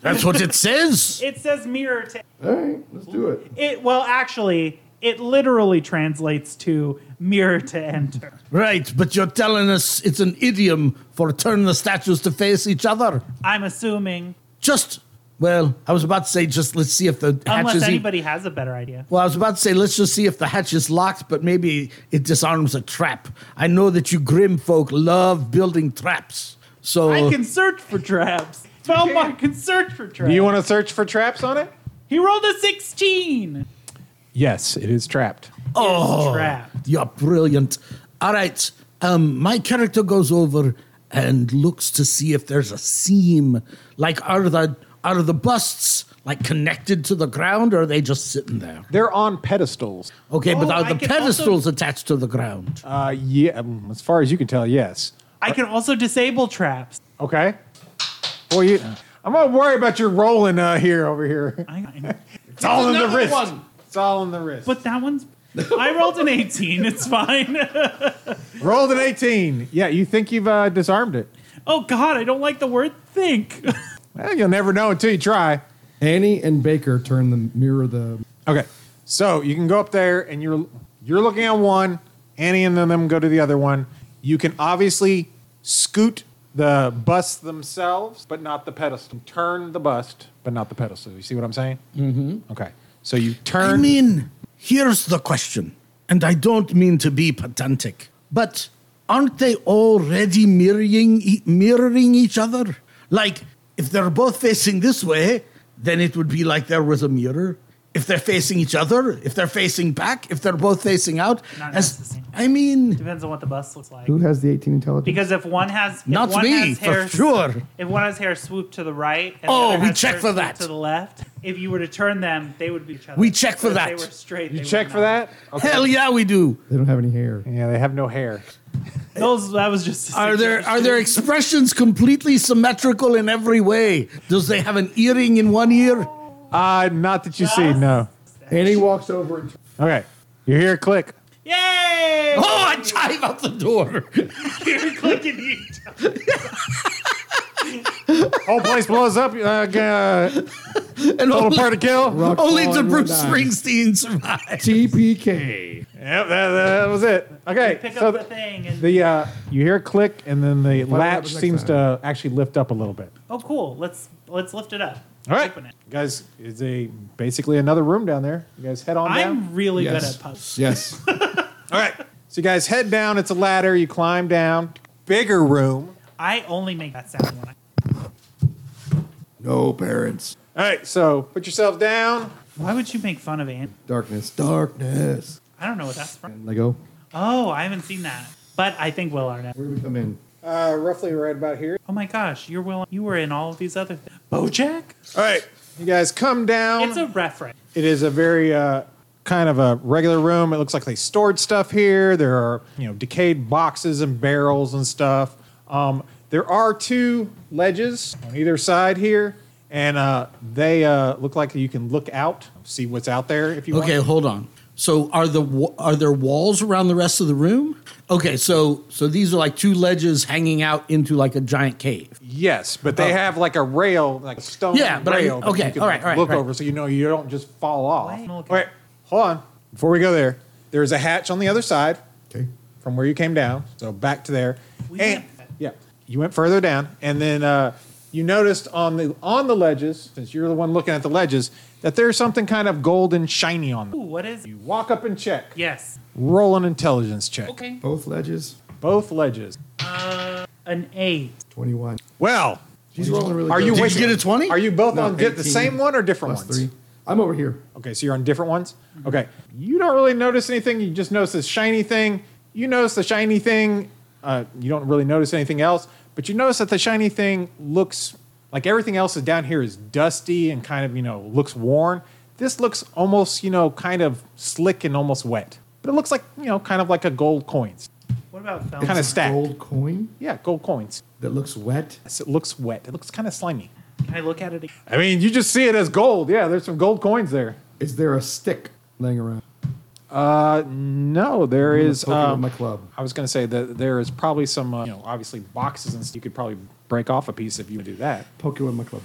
Speaker 4: That's what it
Speaker 2: *laughs*
Speaker 4: says.
Speaker 2: It says mirror to
Speaker 5: All right, let's do it.
Speaker 2: it. Well, actually, it literally translates to mirror to enter.
Speaker 4: Right, but you're telling us it's an idiom for turn the statues to face each other.
Speaker 2: I'm assuming,
Speaker 4: Just, well, I was about to say, just let's see if the hatch
Speaker 2: unless
Speaker 4: is. e-
Speaker 2: anybody has a better idea.
Speaker 4: well, I was about to say, let's just see if the hatch is locked, but maybe it disarms a trap. I know that you grim folk love building traps. So,
Speaker 2: I can search for traps. Belmont can search for traps.
Speaker 3: Do you want to search for traps on it?
Speaker 2: he rolled a 16.
Speaker 3: Yes, it is trapped.
Speaker 2: Oh, trapped.
Speaker 4: you're brilliant. All right, um, my character goes over and looks to see if there's a seam. Like, are the Are the busts like connected to the ground, or are they just sitting there?
Speaker 3: They're on pedestals.
Speaker 4: Okay, but
Speaker 2: Oh,
Speaker 4: are
Speaker 2: I
Speaker 4: the
Speaker 2: can
Speaker 4: pedestals attached to the ground?
Speaker 3: Uh, yeah, um, as far as you can tell, yes.
Speaker 2: I can also disable traps.
Speaker 3: Okay. Well, you, I'm not worried about your rolling uh, here over
Speaker 5: *laughs*
Speaker 3: here.
Speaker 2: I,
Speaker 3: It's all in the
Speaker 5: Another
Speaker 3: wrist.
Speaker 5: one.
Speaker 3: It's all in the wrist.
Speaker 2: but that one's. I rolled an 18. It's fine. *laughs*
Speaker 3: Rolled an 18. Yeah, you think you've uh, disarmed it.
Speaker 2: oh, God, I don't like the word think. *laughs*
Speaker 3: Well, Eh, you'll never know until you try.
Speaker 5: Annie and Baker turn the mirror the
Speaker 3: Okay. So you can go up there and you're you're looking at one. Annie and them go to the other one. You can obviously scoot the bust themselves, but not the pedestal. Turn the bust, but not the pedestal. You see what I'm saying? Mm-hmm. Okay. So you turn.
Speaker 4: I mean, here's the question, and I don't mean to be pedantic, but aren't they already mirroring e- mirroring each other? Like, if they're both facing this way, then it would be like there was a mirror. If they're facing each other, if they're facing back, if they're both facing out,
Speaker 2: Not
Speaker 4: as,
Speaker 2: necessary.
Speaker 4: I mean,
Speaker 2: Depends on what the bus looks like.
Speaker 5: Who has the 18 intelligence?
Speaker 2: Because if one has if
Speaker 4: Not
Speaker 2: one
Speaker 4: me,
Speaker 2: has
Speaker 4: for
Speaker 2: hair,
Speaker 4: sure.
Speaker 2: If one has hair swooped to the right, and the
Speaker 4: Oh,
Speaker 2: other
Speaker 4: we
Speaker 2: has
Speaker 4: check
Speaker 2: hair
Speaker 4: for
Speaker 2: swooped
Speaker 4: that.
Speaker 2: to the left. If you were to turn them, they would be each other.
Speaker 4: We check for
Speaker 2: But if
Speaker 4: that.
Speaker 2: They were straight.
Speaker 3: you
Speaker 2: they
Speaker 3: check
Speaker 2: would
Speaker 3: for
Speaker 2: not.
Speaker 3: that. Okay.
Speaker 4: hell yeah, we do.
Speaker 5: they don't have any hair.
Speaker 3: Yeah, they have no hair.
Speaker 2: Those that was just. a
Speaker 4: Are there are
Speaker 2: suggestion.
Speaker 4: their expressions completely symmetrical in every way? Does they have an earring in one ear?
Speaker 3: Uh, not that you see. No.
Speaker 5: Annie walks over and
Speaker 3: Okay. You hear a click.
Speaker 2: Yay!
Speaker 4: Oh, I dive out the door.
Speaker 2: You're clicking each other.
Speaker 3: Whole place blows up. Uh, g- uh,
Speaker 4: And
Speaker 3: total
Speaker 4: only,
Speaker 3: party kill. Yep,
Speaker 4: only
Speaker 5: Rock
Speaker 4: the
Speaker 5: on
Speaker 4: Bruce
Speaker 5: one
Speaker 4: Springsteen survived.
Speaker 5: TPK.
Speaker 3: that, that was it. Okay.
Speaker 2: Pick
Speaker 3: so
Speaker 2: up the
Speaker 3: th-
Speaker 2: thing and
Speaker 3: The uh, you hear a click, and then the latch
Speaker 5: happens next
Speaker 3: seems to actually lift up a little bit.
Speaker 2: oh, cool. Let's let's lift it up.
Speaker 3: All right,
Speaker 2: Open it.
Speaker 3: guys, it's a basically another room down there. You guys head on down.
Speaker 2: I'm really
Speaker 5: Yes.
Speaker 2: good at puzzles.
Speaker 5: Yes.
Speaker 2: *laughs*
Speaker 3: All right, so you guys head down. It's a ladder. You climb down. Bigger room.
Speaker 2: I only make that sound when I.
Speaker 5: no parents.
Speaker 3: All right, so put yourself down.
Speaker 2: Why would you make fun of Anne?
Speaker 5: Darkness. Darkness.
Speaker 2: I don't know what that's from.
Speaker 5: And Lego.
Speaker 2: Oh, I haven't seen that. But I think Will Arnett.
Speaker 5: Where do we come in?
Speaker 3: Uh, roughly right about here.
Speaker 2: Oh my gosh, you're Will. You were in all of these other things. BoJack.
Speaker 3: All right, you guys come down.
Speaker 2: It's a reference.
Speaker 3: It is a very uh, kind of a regular room. It looks like they stored stuff here. There are you know decayed boxes and barrels and stuff. Um, there are two ledges on either side here, and uh, they uh, look like you can look out, see what's out there if you
Speaker 4: Okay,
Speaker 3: want.
Speaker 4: hold on. So are the wa- are there walls around the rest of the room? Okay, so so these are like two ledges hanging out into like a giant cave.
Speaker 3: Yes, but they have like a rail, like a stone
Speaker 4: Uh-huh. Yeah, but I-
Speaker 3: rail. that
Speaker 4: okay,
Speaker 3: you can
Speaker 4: all right, all right,
Speaker 3: look
Speaker 4: right.
Speaker 3: over so you know you don't just fall off.
Speaker 2: Wait.
Speaker 3: All right, hold on. Before we go there, there's a hatch on the other side.
Speaker 5: Okay.
Speaker 3: from where you came down, so back to there.
Speaker 2: We
Speaker 3: and
Speaker 2: went-
Speaker 3: yeah, you went further down, and then uh, you noticed on the on the ledges, since you're the one looking at the ledges, that there's something kind of gold and shiny on
Speaker 2: Ooh,
Speaker 3: them.
Speaker 2: what is?
Speaker 3: You walk up and check.
Speaker 2: Yes.
Speaker 3: Roll an intelligence check.
Speaker 2: Okay.
Speaker 5: Both ledges.
Speaker 3: Both ledges.
Speaker 2: An eight.
Speaker 5: 21.
Speaker 3: Well,
Speaker 5: She's rolling really
Speaker 3: are
Speaker 5: good.
Speaker 3: you
Speaker 4: Did you
Speaker 3: waiting-
Speaker 4: get a 20?
Speaker 3: Are you both
Speaker 5: No,
Speaker 3: on di- the
Speaker 5: 18
Speaker 3: same one or different
Speaker 5: Plus
Speaker 3: ones?
Speaker 5: three. I'm over here.
Speaker 3: Okay, so you're on different ones. Okay, you don't really notice anything. You just notice this shiny thing. You notice the shiny thing. Uh, you don't really notice anything else, but you notice that the shiny thing looks like everything else is down here is dusty and kind of you know looks worn. This looks almost you know kind of slick and almost wet, but it looks like you know kind of like a gold coins,
Speaker 2: What about Felmer?
Speaker 3: kind of stacked.
Speaker 5: Gold coin
Speaker 3: Yeah, gold coins.
Speaker 5: that looks wet.
Speaker 3: Yes, it looks wet. It looks kind of slimy.
Speaker 2: Can I look at it? Again?
Speaker 3: I mean, you just see it as gold. Yeah, there's some gold coins there.
Speaker 5: Is there a stick laying around?
Speaker 3: No, there
Speaker 5: I'm
Speaker 3: is.
Speaker 5: poking with
Speaker 3: um,
Speaker 5: my club.
Speaker 3: I was going to say that there is probably some, uh, you know, obviously boxes and stuff. You could probably break off a piece if you do that.
Speaker 5: Poke it with my club.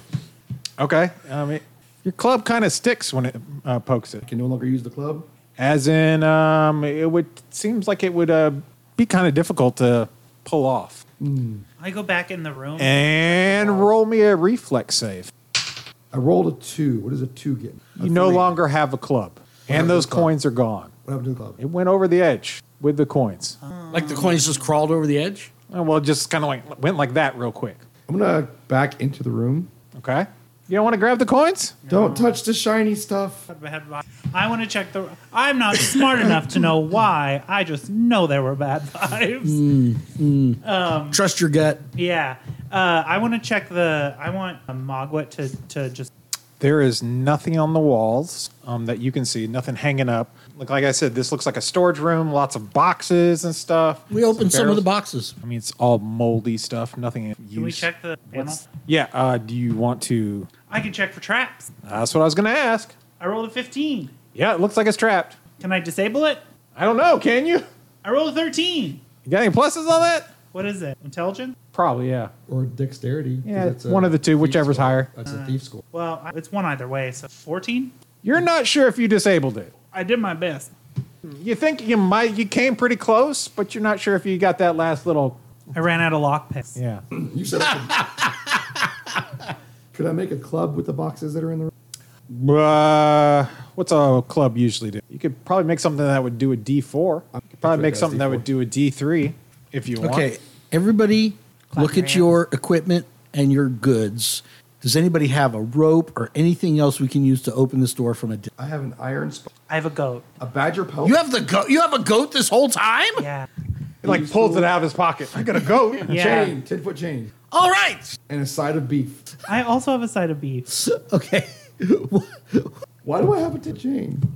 Speaker 3: Okay. Um, it, your club kind of sticks when it uh, pokes it.
Speaker 5: Can no longer use the club.
Speaker 3: As in, um, it would seems like it would uh, be kind of difficult to pull off.
Speaker 2: I go back in the room.
Speaker 3: And roll me a reflex save.
Speaker 5: I rolled a two. What does a two get? A
Speaker 3: You no
Speaker 5: three.
Speaker 3: longer have a club, and
Speaker 5: happened to
Speaker 3: those
Speaker 5: the club?
Speaker 3: coins are gone.
Speaker 5: What happened to the club?
Speaker 3: It went over the edge with the coins.
Speaker 4: Like the coins just crawled over the edge?
Speaker 3: Uh, Well, it just kind of like went like that real quick.
Speaker 5: I'm gonna back into the room.
Speaker 3: Okay. You don't want to grab the coins?
Speaker 5: Don't touch the shiny stuff.
Speaker 2: I want to check the. I'm not smart enough to know why.
Speaker 3: Mm.
Speaker 2: I just know there were bad vibes.
Speaker 4: Trust your gut.
Speaker 2: Yeah. Uh, I want to check the. I want a Mogwit to to just.
Speaker 3: There is nothing on the walls um, that you can see, nothing hanging up. Like, like I said, this looks like a storage room, lots of boxes and stuff.
Speaker 4: We opened some of the
Speaker 3: barrels.
Speaker 4: boxes.
Speaker 3: I mean, it's all moldy stuff, nothing used.
Speaker 2: Can we check the panel?
Speaker 3: What's- Yeah, uh, do you want to?
Speaker 2: I can check for traps.
Speaker 3: That's what I was going to ask.
Speaker 2: I rolled a 15.
Speaker 3: Yeah, it looks like it's trapped.
Speaker 2: Can I disable it?
Speaker 3: I don't know, can you?
Speaker 2: I rolled a 13.
Speaker 3: You got any pluses on that?
Speaker 2: What is it? Intelligence?
Speaker 3: Probably, yeah.
Speaker 5: Or dexterity. 'cause
Speaker 3: Yeah,
Speaker 5: that's a
Speaker 3: one of the two,
Speaker 5: thief
Speaker 3: whichever's
Speaker 5: score.
Speaker 3: higher.
Speaker 5: That's a thief score.
Speaker 2: Well, I- it's one either way. So 14.
Speaker 3: You're not sure if you disabled it.
Speaker 2: I did my best.
Speaker 3: You think you might, you came pretty close, but you're not sure if you got that last little.
Speaker 2: I ran out of lock picks.
Speaker 3: Yeah.
Speaker 5: You said. I could, *laughs* could I make a club with the boxes that are in the room?
Speaker 3: Uh, what's a club usually do? You could probably make something that would do a D4. You could probably make something that would do a D3 if you want.
Speaker 4: Okay, everybody, look
Speaker 2: your
Speaker 4: at
Speaker 2: hands.
Speaker 4: your equipment and your goods. Does anybody have a rope or anything else we can use to open this door from a? Di-
Speaker 5: I have an iron, sp-
Speaker 2: I have a goat.
Speaker 5: a badger pelt.
Speaker 4: you have the goat. You have a goat this whole time.
Speaker 2: Yeah.
Speaker 3: He like pulls it out of his pocket. I gotta go.
Speaker 2: Yeah.
Speaker 5: chain, ten foot chain,
Speaker 4: All right.
Speaker 5: and a side of beef.
Speaker 2: I also have a side of beef.
Speaker 4: *laughs* Okay. *laughs*
Speaker 5: Why do I have a ten chain?
Speaker 3: *laughs*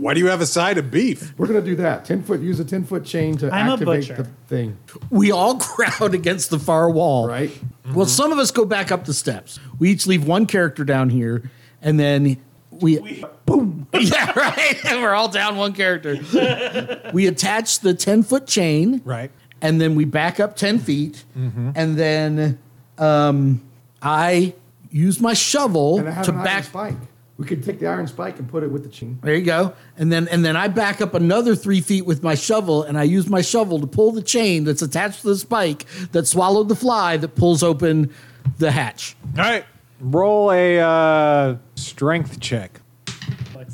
Speaker 3: Why do you have a side of beef?
Speaker 5: We're gonna do that. Ten foot. Use a ten foot chain to
Speaker 2: I'm a
Speaker 5: activate
Speaker 2: butcher.
Speaker 5: the thing.
Speaker 4: we all *laughs* crowd against the far wall.
Speaker 5: Right. Mm-hmm.
Speaker 4: Well, some of us go back up the steps. We each leave one character down here, and then we, boom. *laughs* yeah, right. And we're all down one character. we attach the ten foot chain.
Speaker 3: Right.
Speaker 4: and then we back up 10 feet
Speaker 5: Mm-hmm.
Speaker 4: and then um, i use my shovel
Speaker 5: And I have
Speaker 4: to
Speaker 5: an iron
Speaker 4: back
Speaker 5: spike. We could take the iron spike and put it with the chain.
Speaker 4: there you go and then and then i back up another three feet with my shovel and i use my shovel to pull the chain that's attached to the spike that swallowed the fly that pulls open the hatch
Speaker 3: All right. Roll a uh, strength check.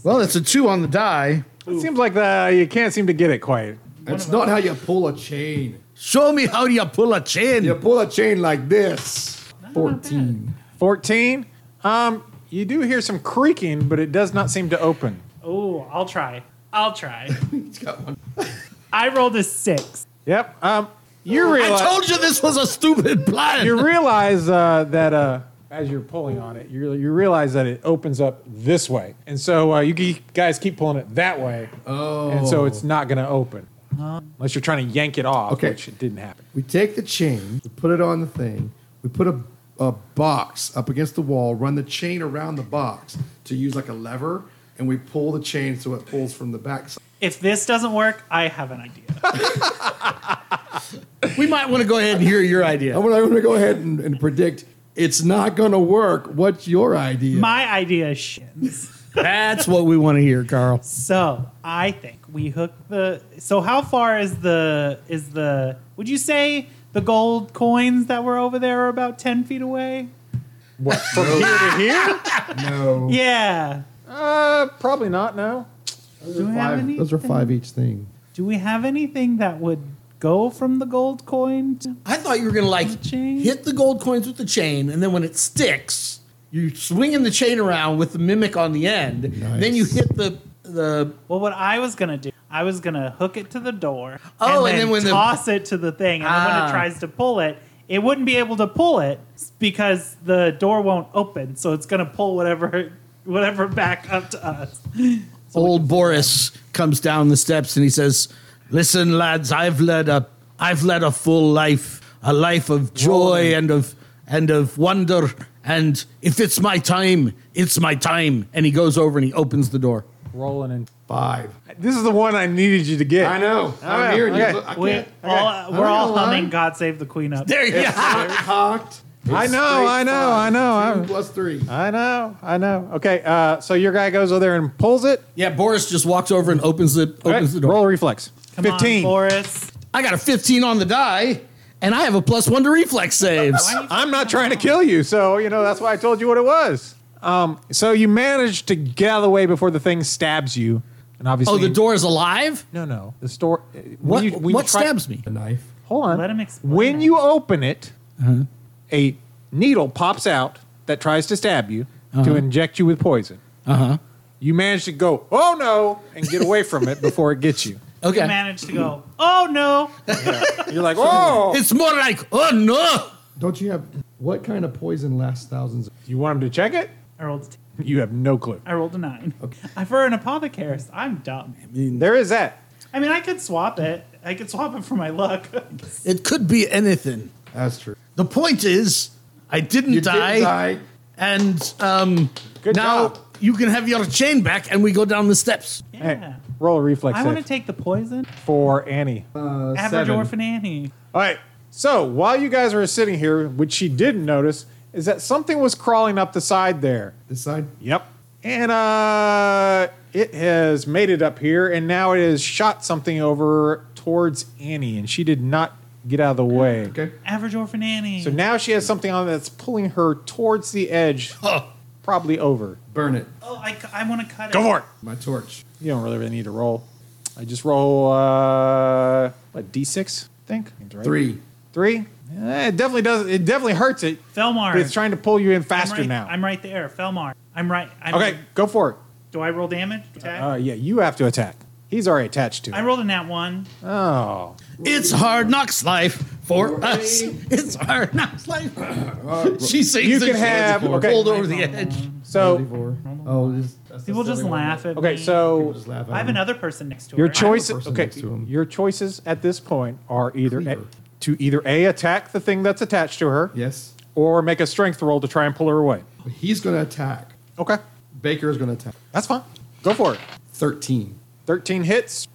Speaker 4: well it's a two on the die
Speaker 3: It seems like the, you can't seem to get it quite.
Speaker 5: That's not how you pull a chain.
Speaker 4: show me how you pull a chain
Speaker 5: You pull a chain like this. Fourteen.
Speaker 3: 14. Um, you do hear some creaking, but it does not seem to open.
Speaker 2: Oh, I'll try. I'll try.
Speaker 5: He's got one.
Speaker 2: I rolled a six.
Speaker 3: Yep. Um, you realize
Speaker 4: i told you this was a stupid plan
Speaker 3: you realize uh, that uh, as you're pulling on it, you you realize that it opens up this way, and so uh, you ge- guys keep pulling it that way, oh. and so it's not going to open unless you're trying to yank it off,
Speaker 5: Okay.
Speaker 3: which it didn't happen.
Speaker 5: We take the chain, we put it on the thing, we put a, a box up against the wall, run the chain around the box to use like a lever, and we pull the chain so it pulls from the backside.
Speaker 2: If this doesn't work, I have an idea.
Speaker 4: we might want to go ahead and hear your
Speaker 5: I
Speaker 4: idea *laughs*
Speaker 5: want, I want to go ahead and, and predict it's not going to work. What's your idea?
Speaker 2: My idea is shins.
Speaker 4: that's what we want to hear carl
Speaker 2: So I think we hook the. So how far is the is the? Would you say the gold coins that were over there are about ten feet away?
Speaker 3: What from here to here?
Speaker 5: no.
Speaker 2: Yeah.
Speaker 3: Uh, probably not. No.
Speaker 2: Do we have
Speaker 5: Five,
Speaker 2: any?
Speaker 5: those are five each thing.
Speaker 2: Do we have anything that would go from the gold coin? To,
Speaker 4: I thought you were gonna like
Speaker 2: The chain?
Speaker 4: hit the gold coins with the chain, and then when it sticks, you're swinging the chain around with the mimic on the end. Then you hit the the
Speaker 2: well, what I was gonna do, I was gonna hook it to the door.
Speaker 4: Oh, and then when the-
Speaker 2: toss it to the thing, and then when
Speaker 4: Ah.
Speaker 2: it tries to pull it, it wouldn't be able to pull it because the door won't open. So it's gonna pull whatever whatever back up to us.
Speaker 4: old Boris comes down the steps and he says, "Listen, lads, I've led a I've led a full life, a life of joy and of and of wonder. And if it's my time, it's my time." And he goes over and he opens the door.
Speaker 3: Rolling in.
Speaker 5: Five.
Speaker 3: This is the one I needed you to get.
Speaker 5: I know. I'm
Speaker 3: know.
Speaker 5: here. and you
Speaker 3: Okay.
Speaker 5: look- I
Speaker 2: We,
Speaker 5: can't.
Speaker 2: all, uh,
Speaker 5: I'm
Speaker 2: we're
Speaker 5: not
Speaker 2: all
Speaker 5: gonna lie.
Speaker 4: uh,
Speaker 2: humming God Save the Queen up.
Speaker 4: There you go.
Speaker 5: It's cocked.
Speaker 3: I
Speaker 5: It's
Speaker 3: know,
Speaker 5: straight
Speaker 3: I know, I know,
Speaker 5: Two
Speaker 3: I-
Speaker 5: plus three.
Speaker 3: I know. I know. Okay. Uh, so your guy goes over there and pulls it.
Speaker 4: Yeah, Boris just walks over and opens the opens
Speaker 3: All right,
Speaker 4: the door.
Speaker 3: Roll a reflex.
Speaker 2: Come
Speaker 3: Fifteen.
Speaker 2: on, Boris.
Speaker 4: I got a 15 on the die, and I have a plus one to reflex saves.
Speaker 3: I'm not trying to kill you, so you know that's why I told you what it was. Um, so you managed to get out of the way before the thing stabs you, and obviously,
Speaker 4: oh, the door is alive?
Speaker 3: No, no, the store. uh,
Speaker 4: What,
Speaker 3: when you- when you
Speaker 4: what
Speaker 3: try-
Speaker 4: stabs me?
Speaker 5: A knife.
Speaker 3: Hold on.
Speaker 2: Let him explain
Speaker 3: When
Speaker 2: it.
Speaker 3: you open it,
Speaker 4: Uh-huh.
Speaker 3: a needle pops out that tries to stab you
Speaker 4: Uh-huh.
Speaker 3: to inject you with poison. Uh huh. You manage to go, oh no, and get away from it before it gets you.
Speaker 2: You
Speaker 4: Okay.
Speaker 2: managed to go, oh no.
Speaker 3: You're like, oh,
Speaker 4: It's more like, oh no!
Speaker 5: Don't you have what kind of poison lasts thousands? of-
Speaker 3: You want him to check it?
Speaker 2: I rolled a t-
Speaker 3: You have no clue.
Speaker 2: I rolled a nine. I For an apothecarist, I'm dumb.
Speaker 3: There is that.
Speaker 2: I mean, I could swap it. I could swap it for my luck. *laughs*
Speaker 4: It could be anything.
Speaker 5: That's true.
Speaker 4: The point is, I didn't,
Speaker 5: You did
Speaker 4: die,
Speaker 5: die.
Speaker 4: and um,
Speaker 3: Good
Speaker 4: now
Speaker 3: job.
Speaker 4: you can have your chain back, and we go down the steps.
Speaker 3: Hey,
Speaker 2: yeah.
Speaker 3: roll a reflex
Speaker 2: I want to
Speaker 3: save
Speaker 2: take the poison.
Speaker 3: for Annie.
Speaker 5: Uh,
Speaker 2: Average
Speaker 5: seven.
Speaker 2: orphan Annie.
Speaker 3: All right. So while you guys were sitting here, which she didn't notice, is that something was crawling up the side there.
Speaker 5: This side.
Speaker 3: Yep. And uh, it has made it up here, and now it has shot something over towards Annie, and she did not get out of the way.
Speaker 5: Okay.
Speaker 2: Average orphan Annie.
Speaker 3: So now she has something on that's pulling her towards the edge, probably over.
Speaker 5: Burn it.
Speaker 2: oh, I, cu- I want to cut it.
Speaker 3: it.
Speaker 5: My torch.
Speaker 3: You don't really, really need to roll. I just roll uh, what d6, I think. Right?
Speaker 5: Three.
Speaker 3: Three? Eh, it definitely does. It definitely hurts it.
Speaker 2: Felmar.
Speaker 3: But it's trying to pull you in
Speaker 2: I'm
Speaker 3: faster
Speaker 2: right,
Speaker 3: now.
Speaker 2: I'm right there. Felmar. I'm right. I'm
Speaker 3: okay, go for it.
Speaker 2: Do I roll damage? Attack?
Speaker 3: Uh, yeah, you have to attack. He's already attached to it.
Speaker 2: I rolled a nat one.
Speaker 3: oh,
Speaker 4: It's hard knocks life for us. It's hard knocks life. she sings.
Speaker 3: You
Speaker 4: and
Speaker 3: can
Speaker 4: she
Speaker 3: have- okay.
Speaker 4: pulled over the edge.
Speaker 3: so
Speaker 5: Forty-four. Oh, this, that's
Speaker 2: People
Speaker 5: the
Speaker 2: just
Speaker 5: only one.
Speaker 2: laugh at me.
Speaker 3: okay, so
Speaker 5: Just laugh at
Speaker 2: I have
Speaker 5: him.
Speaker 2: another person next to her.
Speaker 3: your
Speaker 5: I have a
Speaker 3: choices.
Speaker 5: person
Speaker 3: Okay,
Speaker 5: next to him.
Speaker 3: your choices at this point are either a,
Speaker 5: Cleaver.
Speaker 3: to either a attack the thing that's attached to her,
Speaker 5: Yes.
Speaker 3: or make a strength roll to try and pull her away.
Speaker 5: He's going to attack.
Speaker 3: Okay,
Speaker 5: Baker is going to attack.
Speaker 3: that's fine. Go for it.
Speaker 5: 13.
Speaker 3: Thirteen hits.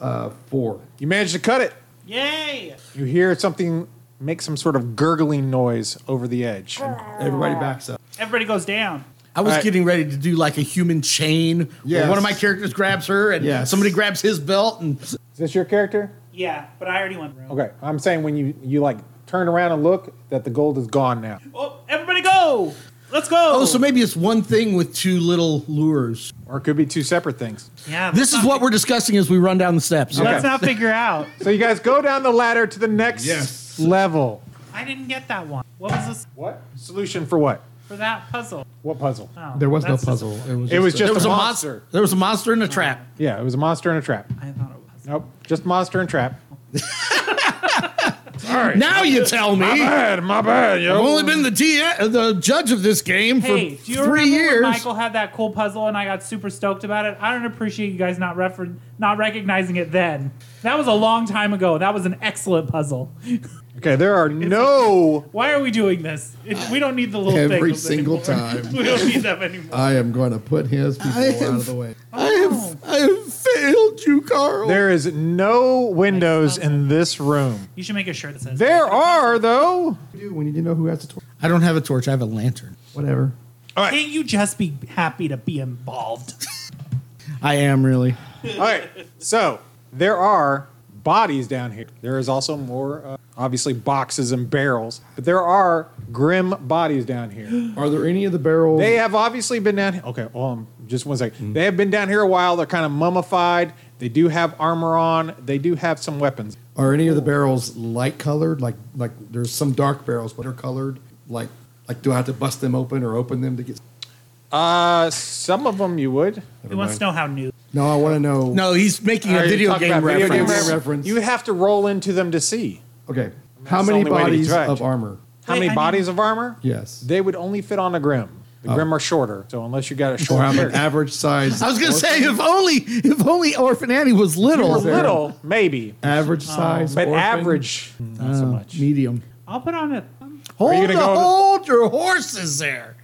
Speaker 5: Uh, four.
Speaker 3: You manage to cut it.
Speaker 2: Yay!
Speaker 3: You hear something make some sort of gurgling noise over the edge. And
Speaker 5: Everybody backs up.
Speaker 2: Everybody goes down.
Speaker 4: I was
Speaker 3: All right.
Speaker 4: getting ready to do like a human chain. where
Speaker 5: Yes.
Speaker 4: One of my characters grabs her, and
Speaker 5: Yes.
Speaker 4: somebody grabs his belt, and
Speaker 3: is this your character?
Speaker 2: Yeah, but I already went room.
Speaker 3: Okay, I'm saying when you you like turn around and look, that the gold is gone now.
Speaker 2: Oh, everybody go! Let's go!
Speaker 4: oh, so maybe it's one thing with two little lures.
Speaker 3: Or it could be two separate things.
Speaker 2: yeah,
Speaker 4: This is what we're discussing as we run down the steps.
Speaker 3: Okay. *laughs*
Speaker 2: Let's not figure out.
Speaker 3: So you guys go down the ladder to the next
Speaker 5: Yes.
Speaker 3: level.
Speaker 2: I didn't get that one. What was this
Speaker 3: What? Solution for what?
Speaker 2: for that puzzle?
Speaker 3: What puzzle?
Speaker 2: Oh,
Speaker 5: There was no
Speaker 2: that's just-
Speaker 5: puzzle. It was,
Speaker 3: It was
Speaker 5: a-
Speaker 3: just
Speaker 4: there was
Speaker 3: a
Speaker 4: a
Speaker 3: monster.
Speaker 4: monster. There was a monster in a trap.
Speaker 3: Yeah, it was a monster and a trap.
Speaker 2: I thought it was.
Speaker 3: Nope, just monster and trap. Sorry.
Speaker 4: Now you tell me. I've
Speaker 3: bad, my bad, yo.
Speaker 4: only been the D- the judge of this game
Speaker 2: Hey,
Speaker 4: for
Speaker 2: do you
Speaker 4: three
Speaker 2: remember
Speaker 4: years.
Speaker 2: when Michael had that cool puzzle and I got super stoked about it? I don't appreciate you guys not refer- not recognizing it then. That was a long time ago. That was an excellent puzzle. *laughs*
Speaker 3: Okay, there are no.
Speaker 2: Why are we doing this? It- we don't need the little
Speaker 5: Every
Speaker 2: things
Speaker 5: single
Speaker 2: anymore.
Speaker 5: time.
Speaker 2: *laughs*
Speaker 5: Uh,
Speaker 2: we don't need them anymore.
Speaker 5: I am going to put his people
Speaker 4: I
Speaker 5: out
Speaker 4: am-
Speaker 5: of the way.
Speaker 4: I have I have failed you, Carl.
Speaker 3: There is no windows in this room.
Speaker 2: You should make a shirt that says.
Speaker 3: There are though.
Speaker 5: What do you do when you do know who has the torch?
Speaker 4: I don't have a torch. I have a lantern.
Speaker 5: Whatever.
Speaker 2: Can't you just be happy to be involved?
Speaker 4: I am really.
Speaker 3: All right. So there are bodies down here. There is also more, uh, obviously, boxes and barrels, but there are grim bodies down
Speaker 5: *gasps*
Speaker 3: here.
Speaker 5: Are there any of the barrels?
Speaker 3: They have obviously been down here. Okay, um, just one second.
Speaker 5: Mm.
Speaker 3: They have been down here a while. They're kind of mummified. They do have armor on. They do have some weapons.
Speaker 5: Are any of the barrels light colored? Like like there's some dark barrels, but they're colored. Like like do I have to bust them open or open them to get?
Speaker 3: Uh, some of them you would.
Speaker 2: He wants to know how new.
Speaker 5: No, I want to know.
Speaker 4: No, he's making
Speaker 3: Are
Speaker 4: a
Speaker 3: you
Speaker 4: video
Speaker 3: talking
Speaker 4: game
Speaker 3: about video
Speaker 4: reference.
Speaker 3: game
Speaker 5: reference.
Speaker 3: You would have to roll into them to see
Speaker 5: Okay. How
Speaker 3: That's the
Speaker 5: many
Speaker 3: only way to
Speaker 5: bodies
Speaker 3: judge.
Speaker 5: of armor?
Speaker 3: how
Speaker 2: Wait,
Speaker 3: many
Speaker 2: I mean-
Speaker 3: bodies of armor.
Speaker 5: Yes. Oh.
Speaker 3: They would only fit on a grim. The grim are shorter, so unless you got a
Speaker 5: Or
Speaker 3: short
Speaker 5: I'm an
Speaker 3: character.
Speaker 5: average size.
Speaker 4: I was gonna say if only if only Orphan Annie was
Speaker 3: a
Speaker 4: little.
Speaker 3: little, maybe,
Speaker 5: *laughs* average size,
Speaker 3: Oh. but
Speaker 5: orphan,
Speaker 3: average, not so much.
Speaker 4: Uh, medium.
Speaker 2: I'll put on a.
Speaker 4: Hold
Speaker 3: you
Speaker 4: the,
Speaker 3: gonna go to-
Speaker 4: hold your horses there.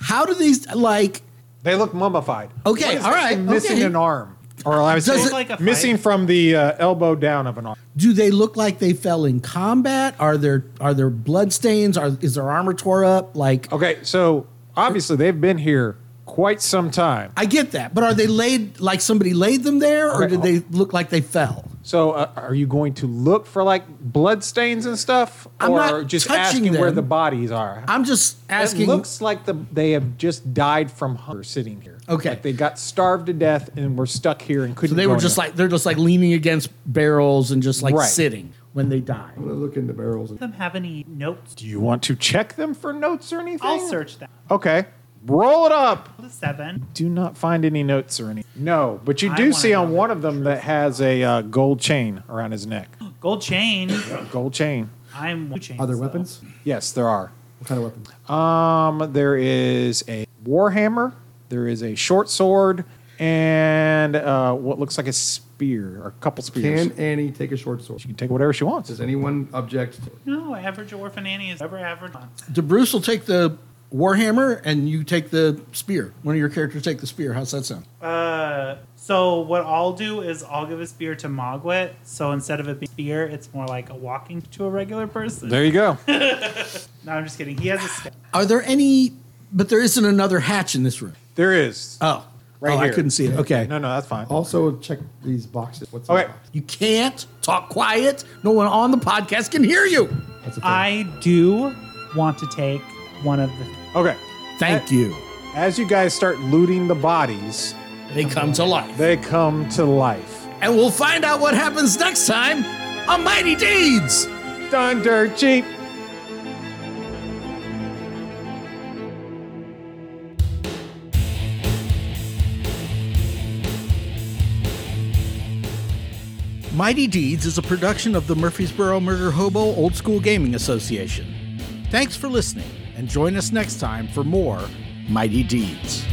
Speaker 4: How do these like?
Speaker 3: They look mummified.
Speaker 4: Okay,
Speaker 3: What is
Speaker 4: all
Speaker 3: that?
Speaker 4: right,
Speaker 3: Missing
Speaker 4: okay.
Speaker 3: an arm, or I was
Speaker 4: Does
Speaker 3: saying,
Speaker 4: it-
Speaker 2: Like a fight?
Speaker 3: missing from the uh, elbow down of an arm.
Speaker 4: Do they look like they fell in combat? Are there are there blood stains? Are is their armor tore up? Like
Speaker 3: Okay, so obviously they've been here quite some time.
Speaker 4: I get that, but are they laid like somebody laid them there, or
Speaker 3: Okay.
Speaker 4: did they look like they fell?
Speaker 3: So uh, are you going to look for like blood stains and stuff,
Speaker 4: I'm
Speaker 3: or
Speaker 4: not
Speaker 3: just
Speaker 4: touching
Speaker 3: asking where
Speaker 4: them.
Speaker 3: the bodies are?
Speaker 4: I'm just asking.
Speaker 3: It looks like the they have just died from hunger sitting here.
Speaker 4: Okay.
Speaker 3: like they got starved to death and were stuck here and couldn't.
Speaker 4: so they were
Speaker 3: go
Speaker 4: just
Speaker 3: anywhere.
Speaker 4: like they're just like leaning against barrels and just like
Speaker 3: Right.
Speaker 4: sitting when they die.
Speaker 5: I'm gonna look in the barrels.
Speaker 2: Them have any notes?
Speaker 3: Do you want to check them for notes or anything?
Speaker 2: I'll search that.
Speaker 3: Okay, roll it up.
Speaker 2: The seven.
Speaker 3: do not find any notes or any. No, but you
Speaker 2: I
Speaker 3: do
Speaker 2: wanna
Speaker 3: see on
Speaker 2: know *gasps*
Speaker 3: one of them that has a uh, gold chain around his neck.
Speaker 2: Gold chain.
Speaker 3: Gold chain.
Speaker 2: I'm one chains,
Speaker 5: Are there
Speaker 2: though.
Speaker 5: weapons?
Speaker 3: Yes, there are.
Speaker 5: What kind of weapons?
Speaker 3: Um, there is a warhammer. There is a short sword and uh, what looks like a spear or a couple spears.
Speaker 5: Can Annie take a short sword?
Speaker 3: she can take whatever she wants.
Speaker 5: Does anyone object? To it?
Speaker 2: No, average orphan Annie is ever average.
Speaker 4: DeBruce will take the warhammer, and you take the spear. One of your characters take the spear. How's that sound?
Speaker 2: Uh, so what I'll do is I'll give a spear to Mogwit. So instead of it being a spear, it's more like a walking to a regular person.
Speaker 3: There you go.
Speaker 2: no, I'm just kidding. He has a staff.
Speaker 4: Are there any? But there isn't another hatch in this room.
Speaker 3: *laughs* There is.
Speaker 4: Oh,
Speaker 3: Right
Speaker 4: oh, I
Speaker 3: here.
Speaker 4: couldn't see it. Okay,
Speaker 3: No, no, that's fine.
Speaker 5: Also, check these boxes. What's
Speaker 3: Okay.
Speaker 5: in the box?
Speaker 4: you can't talk quiet. No one on the podcast can hear you.
Speaker 5: That's a thing.
Speaker 2: I do want to take one of the.
Speaker 3: Okay.
Speaker 4: Thank you.
Speaker 3: As you guys start looting the bodies,
Speaker 4: They come to life,
Speaker 3: they come to life.
Speaker 4: and we'll find out what happens next time on Mighty Deeds.
Speaker 3: Done dirt cheap.
Speaker 4: Mighty Deeds is a production of the Murfreesboro Murder Hobo Old School Gaming Association. Thanks for listening, and join us next time for more Mighty Deeds.